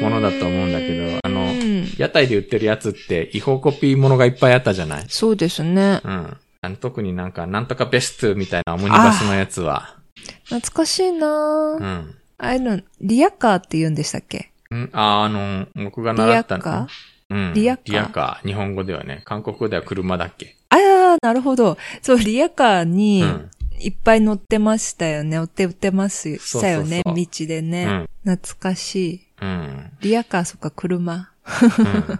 B: ものだと思うんだけど、あの
A: うん、
B: 屋台で売ってるやつって違法コピーものがいっぱいあったじゃない
A: そうですね。
B: うん。あの特になんか、なんとかベストみたいなオムニバスのやつは、
A: 懐かしいな、
B: うん。
A: ああいうの、リアカーって言うんでしたっけ
B: んあ、あの、僕が習った
A: リヤカ
B: うん。
A: リヤカ
B: リヤカ日本語ではね。韓国語では車だっけ。
A: ああ、なるほど。そう、リヤカーに
B: うん。
A: いっぱい乗ってましたよね。乗って売ってますし
B: そうそうそう
A: たよね。道で
B: う
A: ね、
B: ん。
A: 懐かしい。
B: うん。
A: リヤカー、そっか、車。
B: う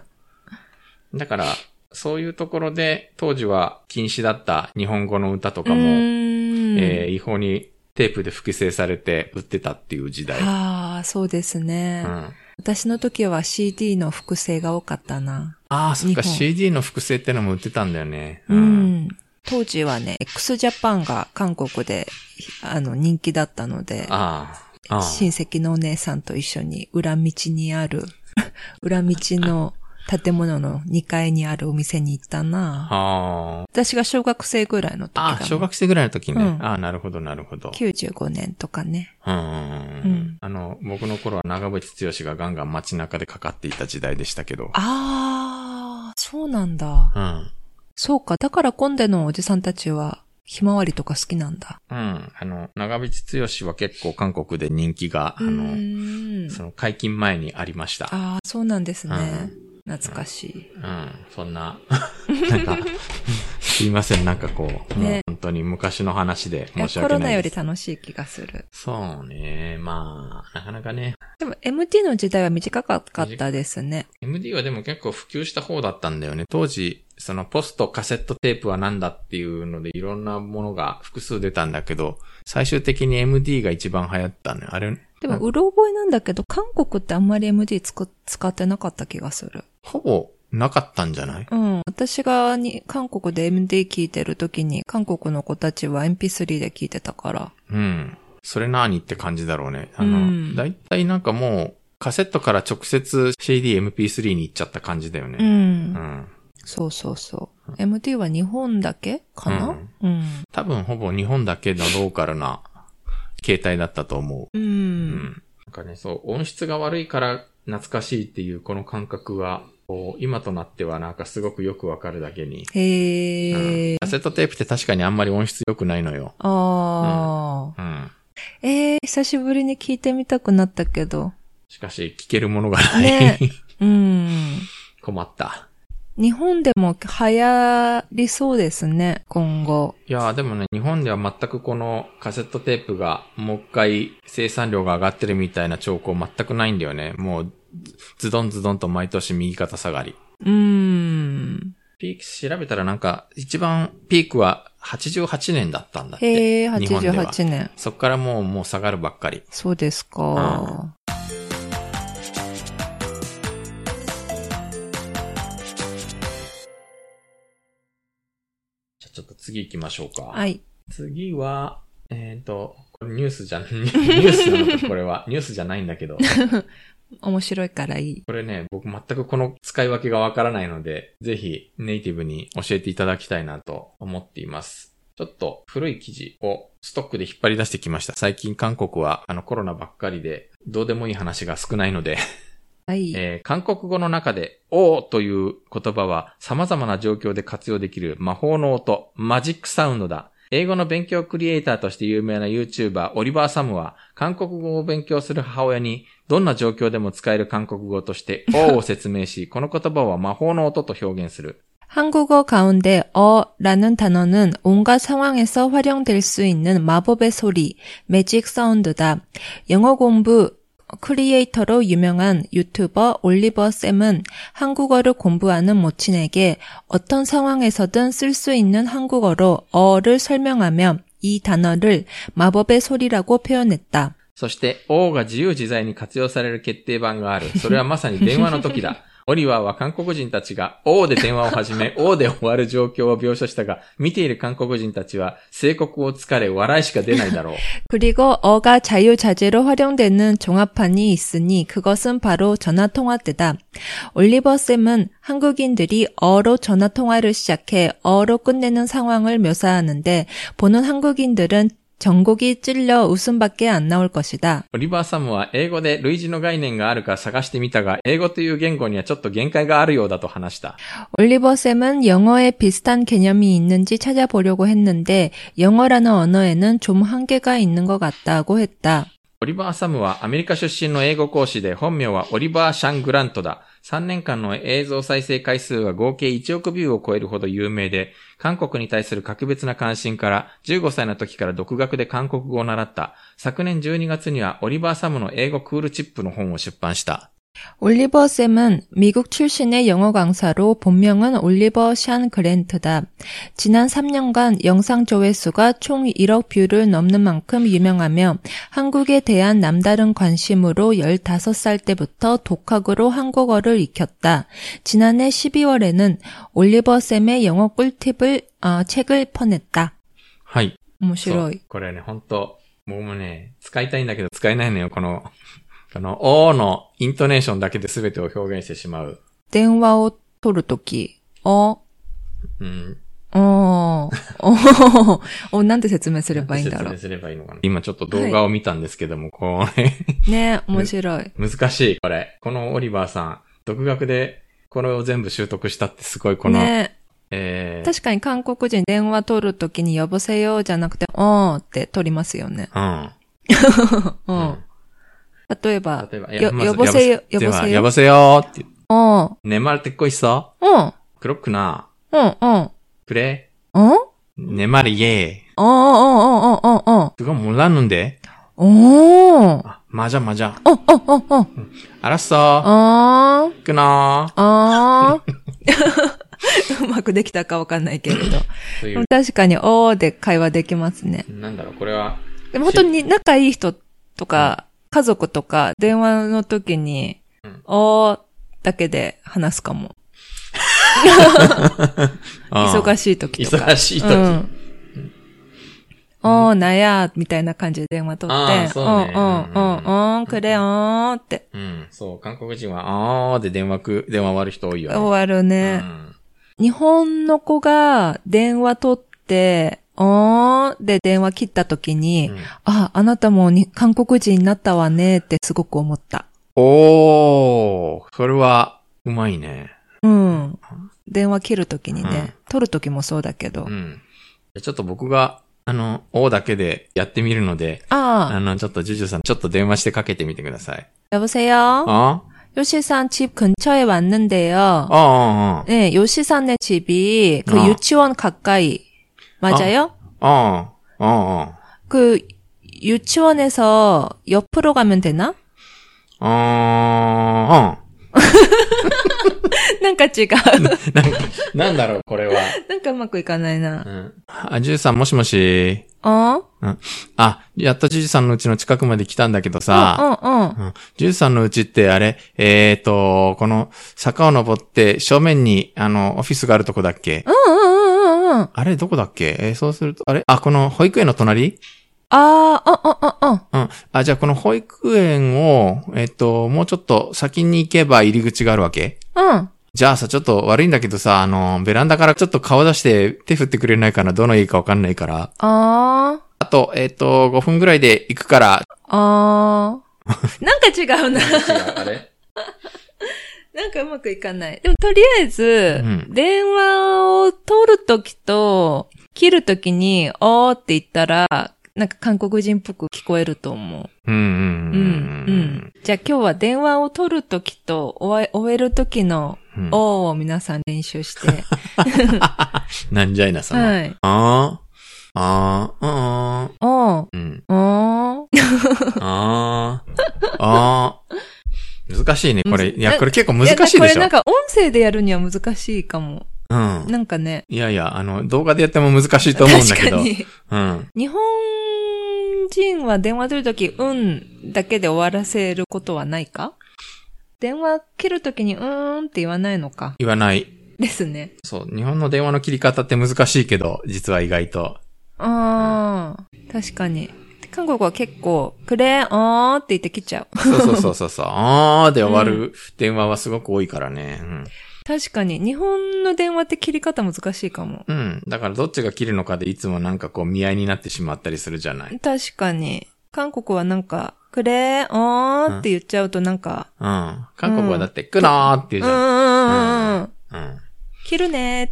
B: んだから、そういうところで、当時は禁止だった日本語の歌と
A: う
B: かも、
A: ーん。
B: えー違法にテープで複製されて売ってたっていう時代。
A: ああ、そうです
B: う
A: ね、
B: ん、あ
A: 私の時は CD の複製が多かったな。
B: あー、そっか、
A: 日本
B: CD の複製ってのも売ってたんだよね。
A: うん。。当時はね、x ジャパンが韓国で、あの、人気だったので、
B: ああ。ああ
A: 親戚のお姉さんと一緒に裏道にある、 裏道の建物の2階にあるお店に行ったな。
B: あ
A: 私が小学生ぐらいの時
B: あ。あ
A: か
B: あ、
A: な。
B: 小学生ぐらいの時ね。
A: うん
B: ああ、なるほど、なるほど。
A: 95年とかね。
B: うんうんうん
A: うん
B: あの、僕の頃は長渕剛がガンガン街中でかかっていた時代でしたけど。
A: あー、そうなんだ。
B: うん。
A: そうか。だから今でのおじさんたちは、ひまわりとか好きなんだ。
B: うん。あの、長渕剛は結構韓国で人気が、あ
A: う
B: の、
A: ーん
B: その解禁前にありました。
A: あー、そうなんですね。懐かしい。
B: うん、そんな、 なんか、すいません、なんかこう、もう
A: ね
B: 本当に昔の話で
A: いや
B: 申し
A: コ
B: 訳
A: ロ
B: な
A: ナ
B: い
A: より
B: です。
A: 楽しい気がする。
B: そうね、まあ、なかなかね、
A: でも MT の時代は短かったですね。
B: MD はでも結構普及した方だったんだよね。当時、そのポストカセットテープはなんだっていうのでいろんなものが複数出たんだけど、最終的に MD が一番流行ったね。あれ、
A: で
B: な
A: も、
B: んか
A: うろ覚えなんだけど、韓国ってあんまり MD つく使ってなかった気がする。
B: ほぼなかったんじゃない
A: うん。私がに韓国で MD 聞いてる時に、韓国の子たちは MP3 で聞いてたから。
B: うん。それなーにって感じだろうね。あ
A: う
B: の、
A: ん
B: だいたいなんかもう、カセットから直接 CD、MP3 に行っちゃった感じだよ
A: う
B: ね。
A: ん。
B: うん。
A: そうそうそう。MD は日本だけかなうん。
B: 多分ほぼ日本だけのローカルな携帯だったと思
A: う。
B: う。うんん。なんかね、そう、音質が悪いから懐かしいっていうこの感覚は、こう、今となってはなんかすごくよくわかるだけに。
A: へえ。
B: カセットテープって確かにあんまり音質良くないのよ。
A: ああ。
B: うん。
A: えー、久しぶりに聞いてみたくなったけど。
B: しかし、聞けるものがない。
A: ねうん。
B: 困った。
A: 日本でも流行りそうですね、今後。
B: いやーでもね、日本では全くこのカセットテープがもう一回生産量が上がってるみたいな兆候全くないんだよね。もう、ズドンズドンと毎年右肩下がり。
A: うん。
B: ピーク調べたらなんか、一番ピークは88年だったんだって。
A: へえ、
B: 日本では
A: 88年。
B: そっからもう、もう下がるばっかり。
A: そうですか。
B: じゃあちょっと次行きましょうか。
A: はい。
B: 次は、えっ、と、これニュース じゃ、ニュースなのかこれは。ニュースじゃないんだけど。
A: 面白いからいい。
B: これね、僕全くこの使い分けがわからないので、ぜひネイティブに教えていただきたいなと思っています。ちょっと古い記事をストックで引っ張り出してきました。最近韓国はあのコロナばっかりで、どうでもいい話が少ないので、
A: はい。
B: えー韓国語の中で、おーという言葉は様々な状況で活用できる魔法の音、マジックサウンドだ。英語の勉強クリエイターとして有名な YouTuber オリバー・サムは、韓国語を勉強する母親に、どんな状況でも使える韓国語として、おーを説明し、この言葉は魔法の音と表現する。
A: 한국어 가운데 어라는 단어는 온갖 상황에서 활용될 수 있는 마법의 소리, 매직 사운드다. 영어 공부 크리에이터로 유명한 유튜버 올리버 쌤은 한국어를 공부하는 모친에게 어떤 상황에서든 쓸 수 있는 한국어로 어를 설명하며 이 단어를 마법의 소리라고 표현했다.
B: そして、王が自由自在に活用される決定版がある。それはまさに電話の時だ。オリバーは韓国人たちが王で電話を始め、王で終わる状況を描写したが、見ている韓国人たちは、警告を疲れ、笑いしか出ないだろう。
A: 그리고 어가 자유자재로 활용되는 종합판이 있으니 그것은 바로 전화통화 때다. 올리버 쌤은 한국인들이 어로 전화통화를 시작해 어로 끝내는 상황을 묘사하는데 보는 한국인들은 전곡이 찔려 웃음밖에 안 나올 것이다.
B: オリバーサムは英語で類似の概念があるか探してみたが、英語という言語にはちょっと限界があるようだと話した。
A: 올리버 쌤은 영어에 비슷한 개념이 있는지 찾아보려고 했는데 영어라는 언어에는 좀 한계가 있는 것 같다고 했다.
B: オオリバー・サムはアメリカ出身の英語講師で本名はオリバー・シャン・グラントだ。3年間の映像再生回数は合計1億ビューを超えるほど有名で、韓国に対する格別な関心から15歳の時から独学で韓国語を習った。昨年12月にはオリバー・サムの英語クールチップの本を出版した。
A: 올리버 쌤은 미국 출신의 영어 강사로 본명은 올리버 샨 그랜트다. 지난 3년간 영상 조회수가 총 1억 뷰를 넘는 만큼 유명하며 한국에 대한 남다른 관심으로 15살 때부터 독학으로 한국어를 익혔다. 지난해 12월에는 올리버 쌤의 영어 꿀팁을 어, 책을 퍼냈다.
B: はい。
A: 面白い。
B: これね、ほんと、もうね、使いたいんだけど使えないのよ、この、この、おーのイントネーションだけで全てを表現してしまう。
A: 電話を取るとき、어,
B: うん。
A: 어, 어, 어, なんて説明すればいいんだろう。
B: 説明すればいいのかな。今ちょっと動画を見たんですけども、 こうね、
A: ね面白い。
B: 難しい、これ。このオリバーさん、独学でこれを全部習得したってすごい、この、
A: ね
B: えー、
A: 確かに韓国人電話取るときに呼ぼせようじゃなくて、おーって取りますよね。う。
B: うん。うんん。
A: 例えば、
B: 例えば、
A: よ呼ぼせよ、呼
B: や
A: ぼ
B: ば
A: せ
B: や
A: よ。
B: ばせよーって言う。
A: おー、
B: ねまれてこいっそ
A: うん、
B: クロックな
A: うん、うん、
B: くれ
A: うん、うん、
B: ねまれイエー
A: うん、うん、うん、うん、
B: すごいもらんのんで。
A: おー、
B: あ、まじゃまじゃ。
A: お、お、お、お、お
B: あらっそ
A: ー、
B: ーくな
A: あー。うまくできたかわかんないけれど。
B: ーと
A: で
B: い
A: も
B: う、
A: 確かに、おーで会話できますね。
B: なんだろう、これは、
A: でも本当に仲いい人とか、家族とか、電話の時に
B: うん、
A: おーだけで話すかも。忙
B: し
A: しい時とか。
B: 忙しい時。
A: うんおー、なんや、みたいな感じで電話取
B: あ
A: っ
B: ー
A: て、
B: そ
A: お
B: う
A: ー
B: ね、
A: おー、
B: うん
A: おー、おー、くれよーって。
B: うん、そう、韓国人は、あーで電話く、電話割る人多いよね。
A: 終わる
B: う
A: ね。
B: ん
A: 日本の子が電話取って、おーで電話切った時に、
B: うん
A: あ、あなたもに韓国人になったわねってすごく思った。
B: おー、それは、うまいね。
A: うん。電話切るときにね、
B: うん
A: 取るときもそうだけど。
B: うん。ちょっと僕が、あの、おーだけでやってみるので、あ
A: ああ、
B: の、ちょっとジュジュさん、ちょっと電話してかけてみてください。
A: 여보세요
B: あ
A: 요시산집근처에왔는데요
B: あああ、あ
A: 네요시산의집이그
B: 어.
A: 유치원 가까이. 맞아요?
B: あ、ああ、あ
A: 그 유치원에서 옆으로 가면 되나?
B: あ、ああ、
A: なんか違う。
B: 음。 なんだろう、これは。
A: なんかうまくいかないな
B: う。ん。あ、ジュジュさん、もしもし。
A: 어?
B: あ、やっとジュジュさんのうちの近くまで来たんだけどさ、
A: 어, 어, 어.
B: うんジュースさんのうちって、あれ、えーと、この坂を登って正面に、あの、オフィスがあるとこだっけ
A: 어, 응응응응응.
B: あれ、どこだっけえーそうすると、あれあ、この保育園の隣
A: 아, 어, 어, 어, 어.
B: うん。あ、じゃあこの保育園を、えっ、と、もうちょっと先に行けば入り口があるわけ
A: 응.
B: じゃあさ、ちょっと悪いんだけどさ、あの、ベランダからちょっと顔出して手振ってくれないかなどの家かわかんないから。
A: 어,
B: あと、えっ、と、5分ぐらいで行くから。
A: 어. なんか違うな。
B: あれ
A: なんかうまくいかない。でもとりあえず、
B: うん
A: 電話を取るときと、切るときに、おーって言ったら、なんか韓国人っぽく聞こえると思
B: うんう
A: う。うん、
B: ん
A: うん。じゃあ今日は電話を取るときと終え、終えるときの、
B: うん。うん
A: おーを皆さん練習して。
B: なんじゃいな、 その。
A: はい。
B: あーあー、あ
A: おー、
B: ー、うん、
A: おー。
B: あー、あー。難しいね、これ。いや、これ結構難しい
A: や
B: で
A: これ
B: しょ
A: なん。か音声でやるには難しいかも。
B: うん。
A: なんかね。
B: いやいや、あの、動画でやっても難しいと思うんだけ
A: 確
B: ど
A: か。に。
B: うん。
A: 日本人は電話取るとき、うんだけで終わらせることはないか電話切るときに、うーんって言わないのか。
B: 言わない。
A: ですね。
B: そう、日本の電話の切り方って難しいけど、実は意外と。
A: あー、確かに。韓国は結構、くれ、おーって言って切っちゃう。
B: そうそうそうそう そう。あーで終わる電話はすごく多いからね。
A: 確かに。日本の電話って切り方難しいかも。
B: うん。うん。だからどっちが切るのかでいつもなんかこう見合いになってしまったりするじゃない。
A: 確かに。韓国はなんか、くれ、おーって言っちゃうとなんか、
B: うん。韓国はだって、くなーって
A: う
B: 言
A: んう
B: うじゃん。
A: んうんうん。
B: うん。
A: 切るね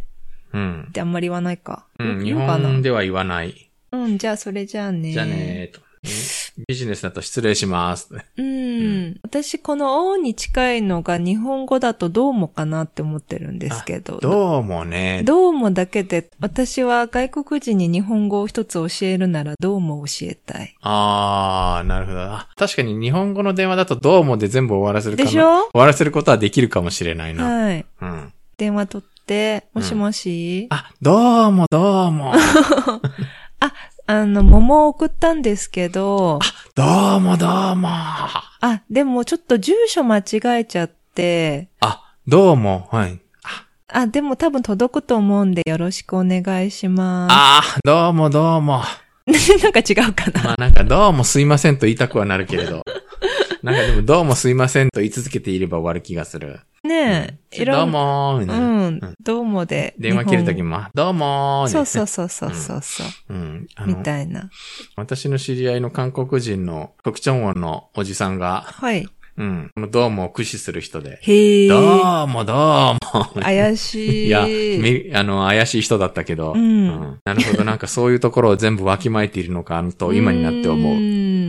A: ーっ
B: うん。
A: てあんまり言わないか。
B: うん、日
A: 言うかな
B: 本では言わない。
A: うん、じゃあそれじゃあねー。
B: じゃあねーと。ビジネスだと失礼します。
A: うん。
B: うん
A: 私、この O に近いのが日本語だとどうもかなって思ってるんですけど。
B: どうもね、
A: どうもだけで、私は外国人に日本語を一つ教えるならどうも教えたい。
B: あー、なるほど。あ確かに日本語の電話だとどうもで全部終わらせるか
A: で
B: な
A: しょ
B: 終わらせることはできるかもしれないな。
A: はい。
B: うん。
A: 電話取って、
B: うん
A: もしもし、
B: あ、どうもどうも。
A: あの、桃を送ったんですけど、
B: どうもどうも。
A: あ、でもちょっと住所間違えちゃって、
B: あ、どうも。はい。
A: あ、でも多分届くと思うんでよろしくお願いしま
B: あー、どうもどうも。
A: す。 なんか違うかな。
B: まあなんかどうもすいませんと言いたくはなるけ れど。なんかでもどうもすいませんと言い続けていれば終わる気がする。
A: ねえ、
B: うんどうもーみ
A: う
B: たいな。
A: ん、どうもで。
B: 電話切るときも、あどうもー
A: 日本語。
B: う。
A: そうそうそうそうそう、
B: うん。あ
A: み
B: の、
A: たいな。
B: 私の知り合いの韓国人の特徴音のおじさんが、
A: はい。
B: うん、このどうもを駆使する人で、
A: へえ。
B: どうもどうも。
A: 怪
B: い
A: しい。
B: や、み、あの、怪しい人だったけど、
A: うん
B: なるほど、なんかそういうところを全部わきまえているのか、と今になって思う。
A: う
B: うん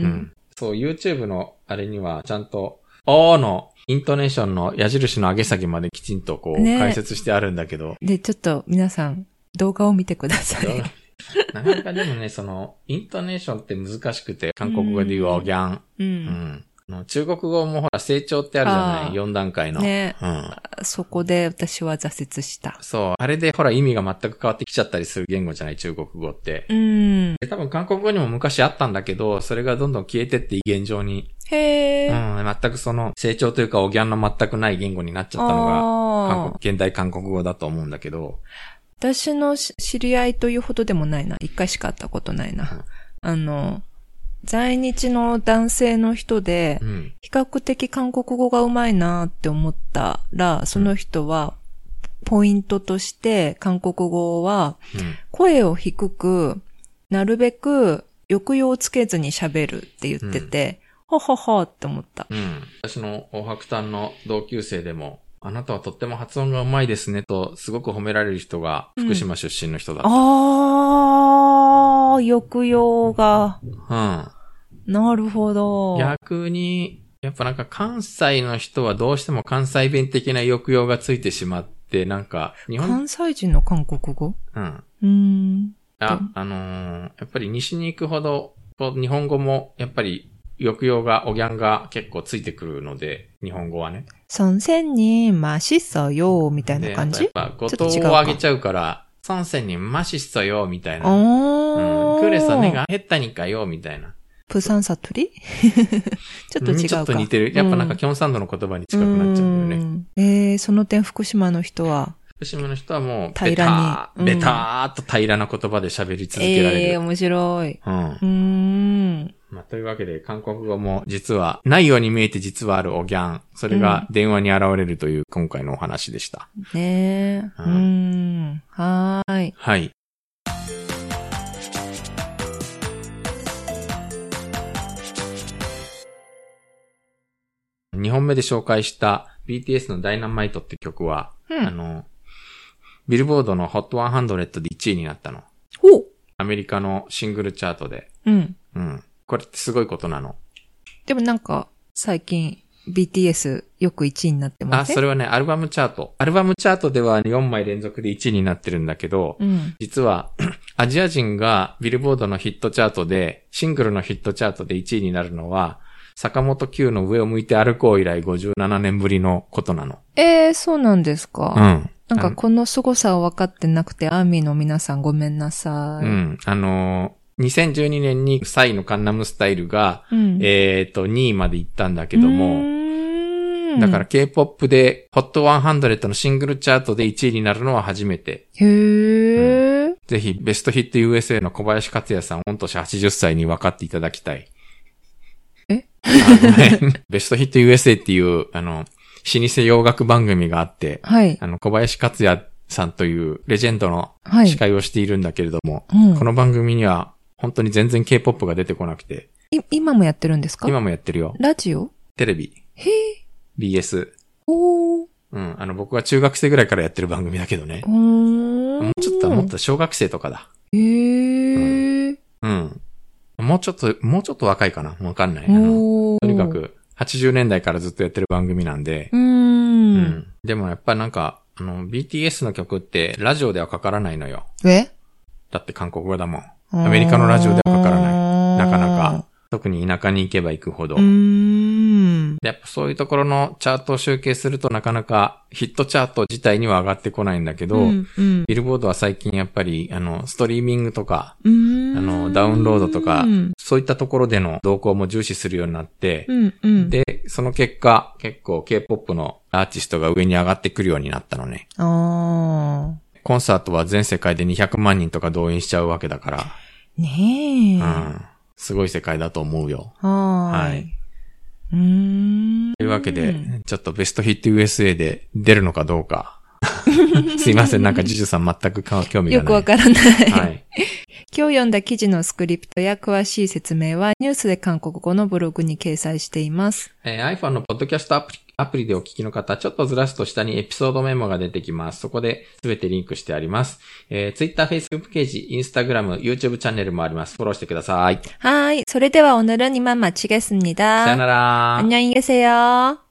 B: ん。そう、YouTube のあれには、ちゃんと、おーの、イントネーションの矢印の上げ下げまできちんとこう、
A: ね
B: 解説してあるんだけど、
A: で、ちょっと皆さん、動画を見てくだ さ い。
B: なかなかでもね、その、イントネーションって難しくて、韓国語で言うおぎゃん。
A: う。
B: うんん。あの中国語もほら、成長ってあるじゃ
A: あ
B: な
A: ー
B: い ?4 段階の。
A: ね
B: うん。
A: そこで私は挫折した。
B: そう。あれでほら、意味が全く変わってきちゃったりする言語じゃない中国語って。
A: うん。
B: で多分韓国語にも昔あったんだけど、それがどんどん消えてって現状に、
A: へ
B: う
A: ー
B: ん、全くその成長というかおぎゃんの全くない言語になっちゃったのが、韓
A: ああ。
B: 国、現代韓国語だと思うんだけど、
A: 私のし知り合いというほどでもないな。一回しか会ったことないな。あの、在日の男性の人で
B: う、ん。
A: 比較的韓国語がうまいなって思ったら、その人は、ポイントとして、韓国語は、
B: うん
A: 声を低く、なるべく抑揚をつけずに喋るって言ってて、ほほほって思った。
B: うん。私の大白炭の同級生でも、あなたはとっても発音がうまいですねと、すごく褒められる人が福島出身の人だった。
A: あー、抑揚が。
B: うん。
A: なるほど。
B: 逆に、やっぱなんか関西の人はどうしても関西弁的な抑揚がついてしまって、なんか、日本、
A: 関西人の韓国語
B: うん。
A: うーん。
B: あ、あのーやっぱり西に行くほど、こう日本語も、やっぱり、抑揚が、おギャンが結構ついてくるので、日本語はね。
A: 先生にましさよ、みたいな感
B: で
A: じ
B: やっぱ、
A: ょっ
B: 後
A: と違
B: 藤
A: う
B: を
A: か
B: 上げちゃうから、三線にマシっそよ、みたい
A: お
B: な。うん。
A: ー。
B: クーレさんねが減ったにかよ、みたいな。
A: プサンサトリ ちょっと違う
B: うん
A: か。
B: ちょっと似てる。やっぱなんか、キョンサンドの言葉に近くなっちゃうんだよね。
A: ね。えー、その点福島の人は、
B: 福島の人はもう、
A: 平らに
B: ベター、
A: うん
B: ベターっと平らな言葉で喋り続けられ
A: えー、
B: る。
A: 面白い。
B: うん
A: う。ーん。
B: まあ、というわけで、韓国語も実は、ないように見えて実はあるおぎゃん。それが電話に現れるという今回のお話でした。
A: ねえ。う
B: う
A: ーん。はーい。
B: はい。2本目で紹介した BTS のダイナマイトって曲は、
A: う
B: あ。の、ビルボードの HOT 100で1位になったの。
A: ほう。
B: アメリカのシングルチャートで。
A: うん。
B: うん。これってすごいことなの。
A: でもなんか、最近、BTS よく1位になってま
B: あ、
A: す
B: そ
A: れ。
B: れはね、アルバムチャート。アルバムチャートでは4枚連続で1位になってるんだけど、
A: うん。
B: 実は、アジア人がビルボードのヒットチャートで、シングルのヒットチャートで1位になるのは、坂本九の上を向いて歩こう以来57年ぶりのことなの。
A: えー、そうなんですか。
B: うん。
A: なん
B: あ
A: か
B: の
A: この凄さを分かってなくて、アーミーの皆さんごめんなさい。
B: うん。あのー2012年にサイのカンナムスタイルが、
A: うん。
B: えっ、と、2位まで行ったんだ
A: け
B: けども、だから。K-POP で HOT100 のシングルチャートで1位になるのは初めて。
A: へー。
B: ぜひベストヒット USA の小林克也さん、御年80歳に分かっていただきたい。
A: え
B: あごめん ベストヒット USA っていう、あの、老舗洋楽番組があって、
A: はい。
B: あの、小林克也さんというレジェンドの
A: はい
B: 司。会をしているんだけれども、
A: うん
B: この番組には本当に全然 K-POP が出てこなくて、
A: い今もやってるんですか
B: 今もやってるよ。
A: ラジオ
B: テレビ、
A: へえ。
B: BS。
A: おー。
B: うん、あの、僕は中学生ぐらいからやってる番組だけどね。
A: も
B: もうちょっと、もっと小学生とかだ。
A: へえ。
B: うん。ももうちょっと、もうちょっと若いかなわかんない。あの
A: おー
B: とにか。く、80年代からずっとやってる番組なんで、
A: うー。
B: うんでもやっぱなんか、あの、BTS の曲ってラジオではかからないのよ。
A: え
B: だって韓国語だもん。
A: ア
B: メリカのラジオではかから
A: ない
B: なかなか。。特に田舎に行けば行くほど。
A: うーん。
B: でやっぱそういうところのチャートを集計するとなかなかヒットチャート自体には上がってこないんだけど、
A: うんうん
B: ビルボードは最近やっぱり、あの、ストリーミングとか、
A: うーん
B: あの、ダウンロードとか
A: うん、
B: そういったところでの動向も重視するようになって、
A: うん。
B: で、その結果、結構 K-POP のアーティストが上に上がってくるようになったのね。
A: ああ。
B: コンサートは全世界で200万人とか動員しちゃうわけだから、
A: ねえ。
B: うん。すごい世界だと思うよ。
A: は
B: は
A: ー
B: い
A: い。うーん。
B: というわけで、ちょっとベストヒット USA で出るのかど うか。 すいません、なんかジュジュさん全くか興味がな
A: よ
B: い。
A: くわからない。
B: はい。
A: 今日読んだ記事のスクリプトや詳しい説明はニュースで韓国語のブログに掲載しています。
B: えー iPhone のポッドキャストアプリアプリでお聞きの方、ちょっとずらすと下にエピソードメモが出てきます。そこで全てリンクしてあります。えー Twitter、Facebook ページ、Instagram、YouTube チャンネルもあります。フォローしてください。
A: はーい。それでは오늘은이만마치겠습니다
B: さよなら。
A: 안녕히계세요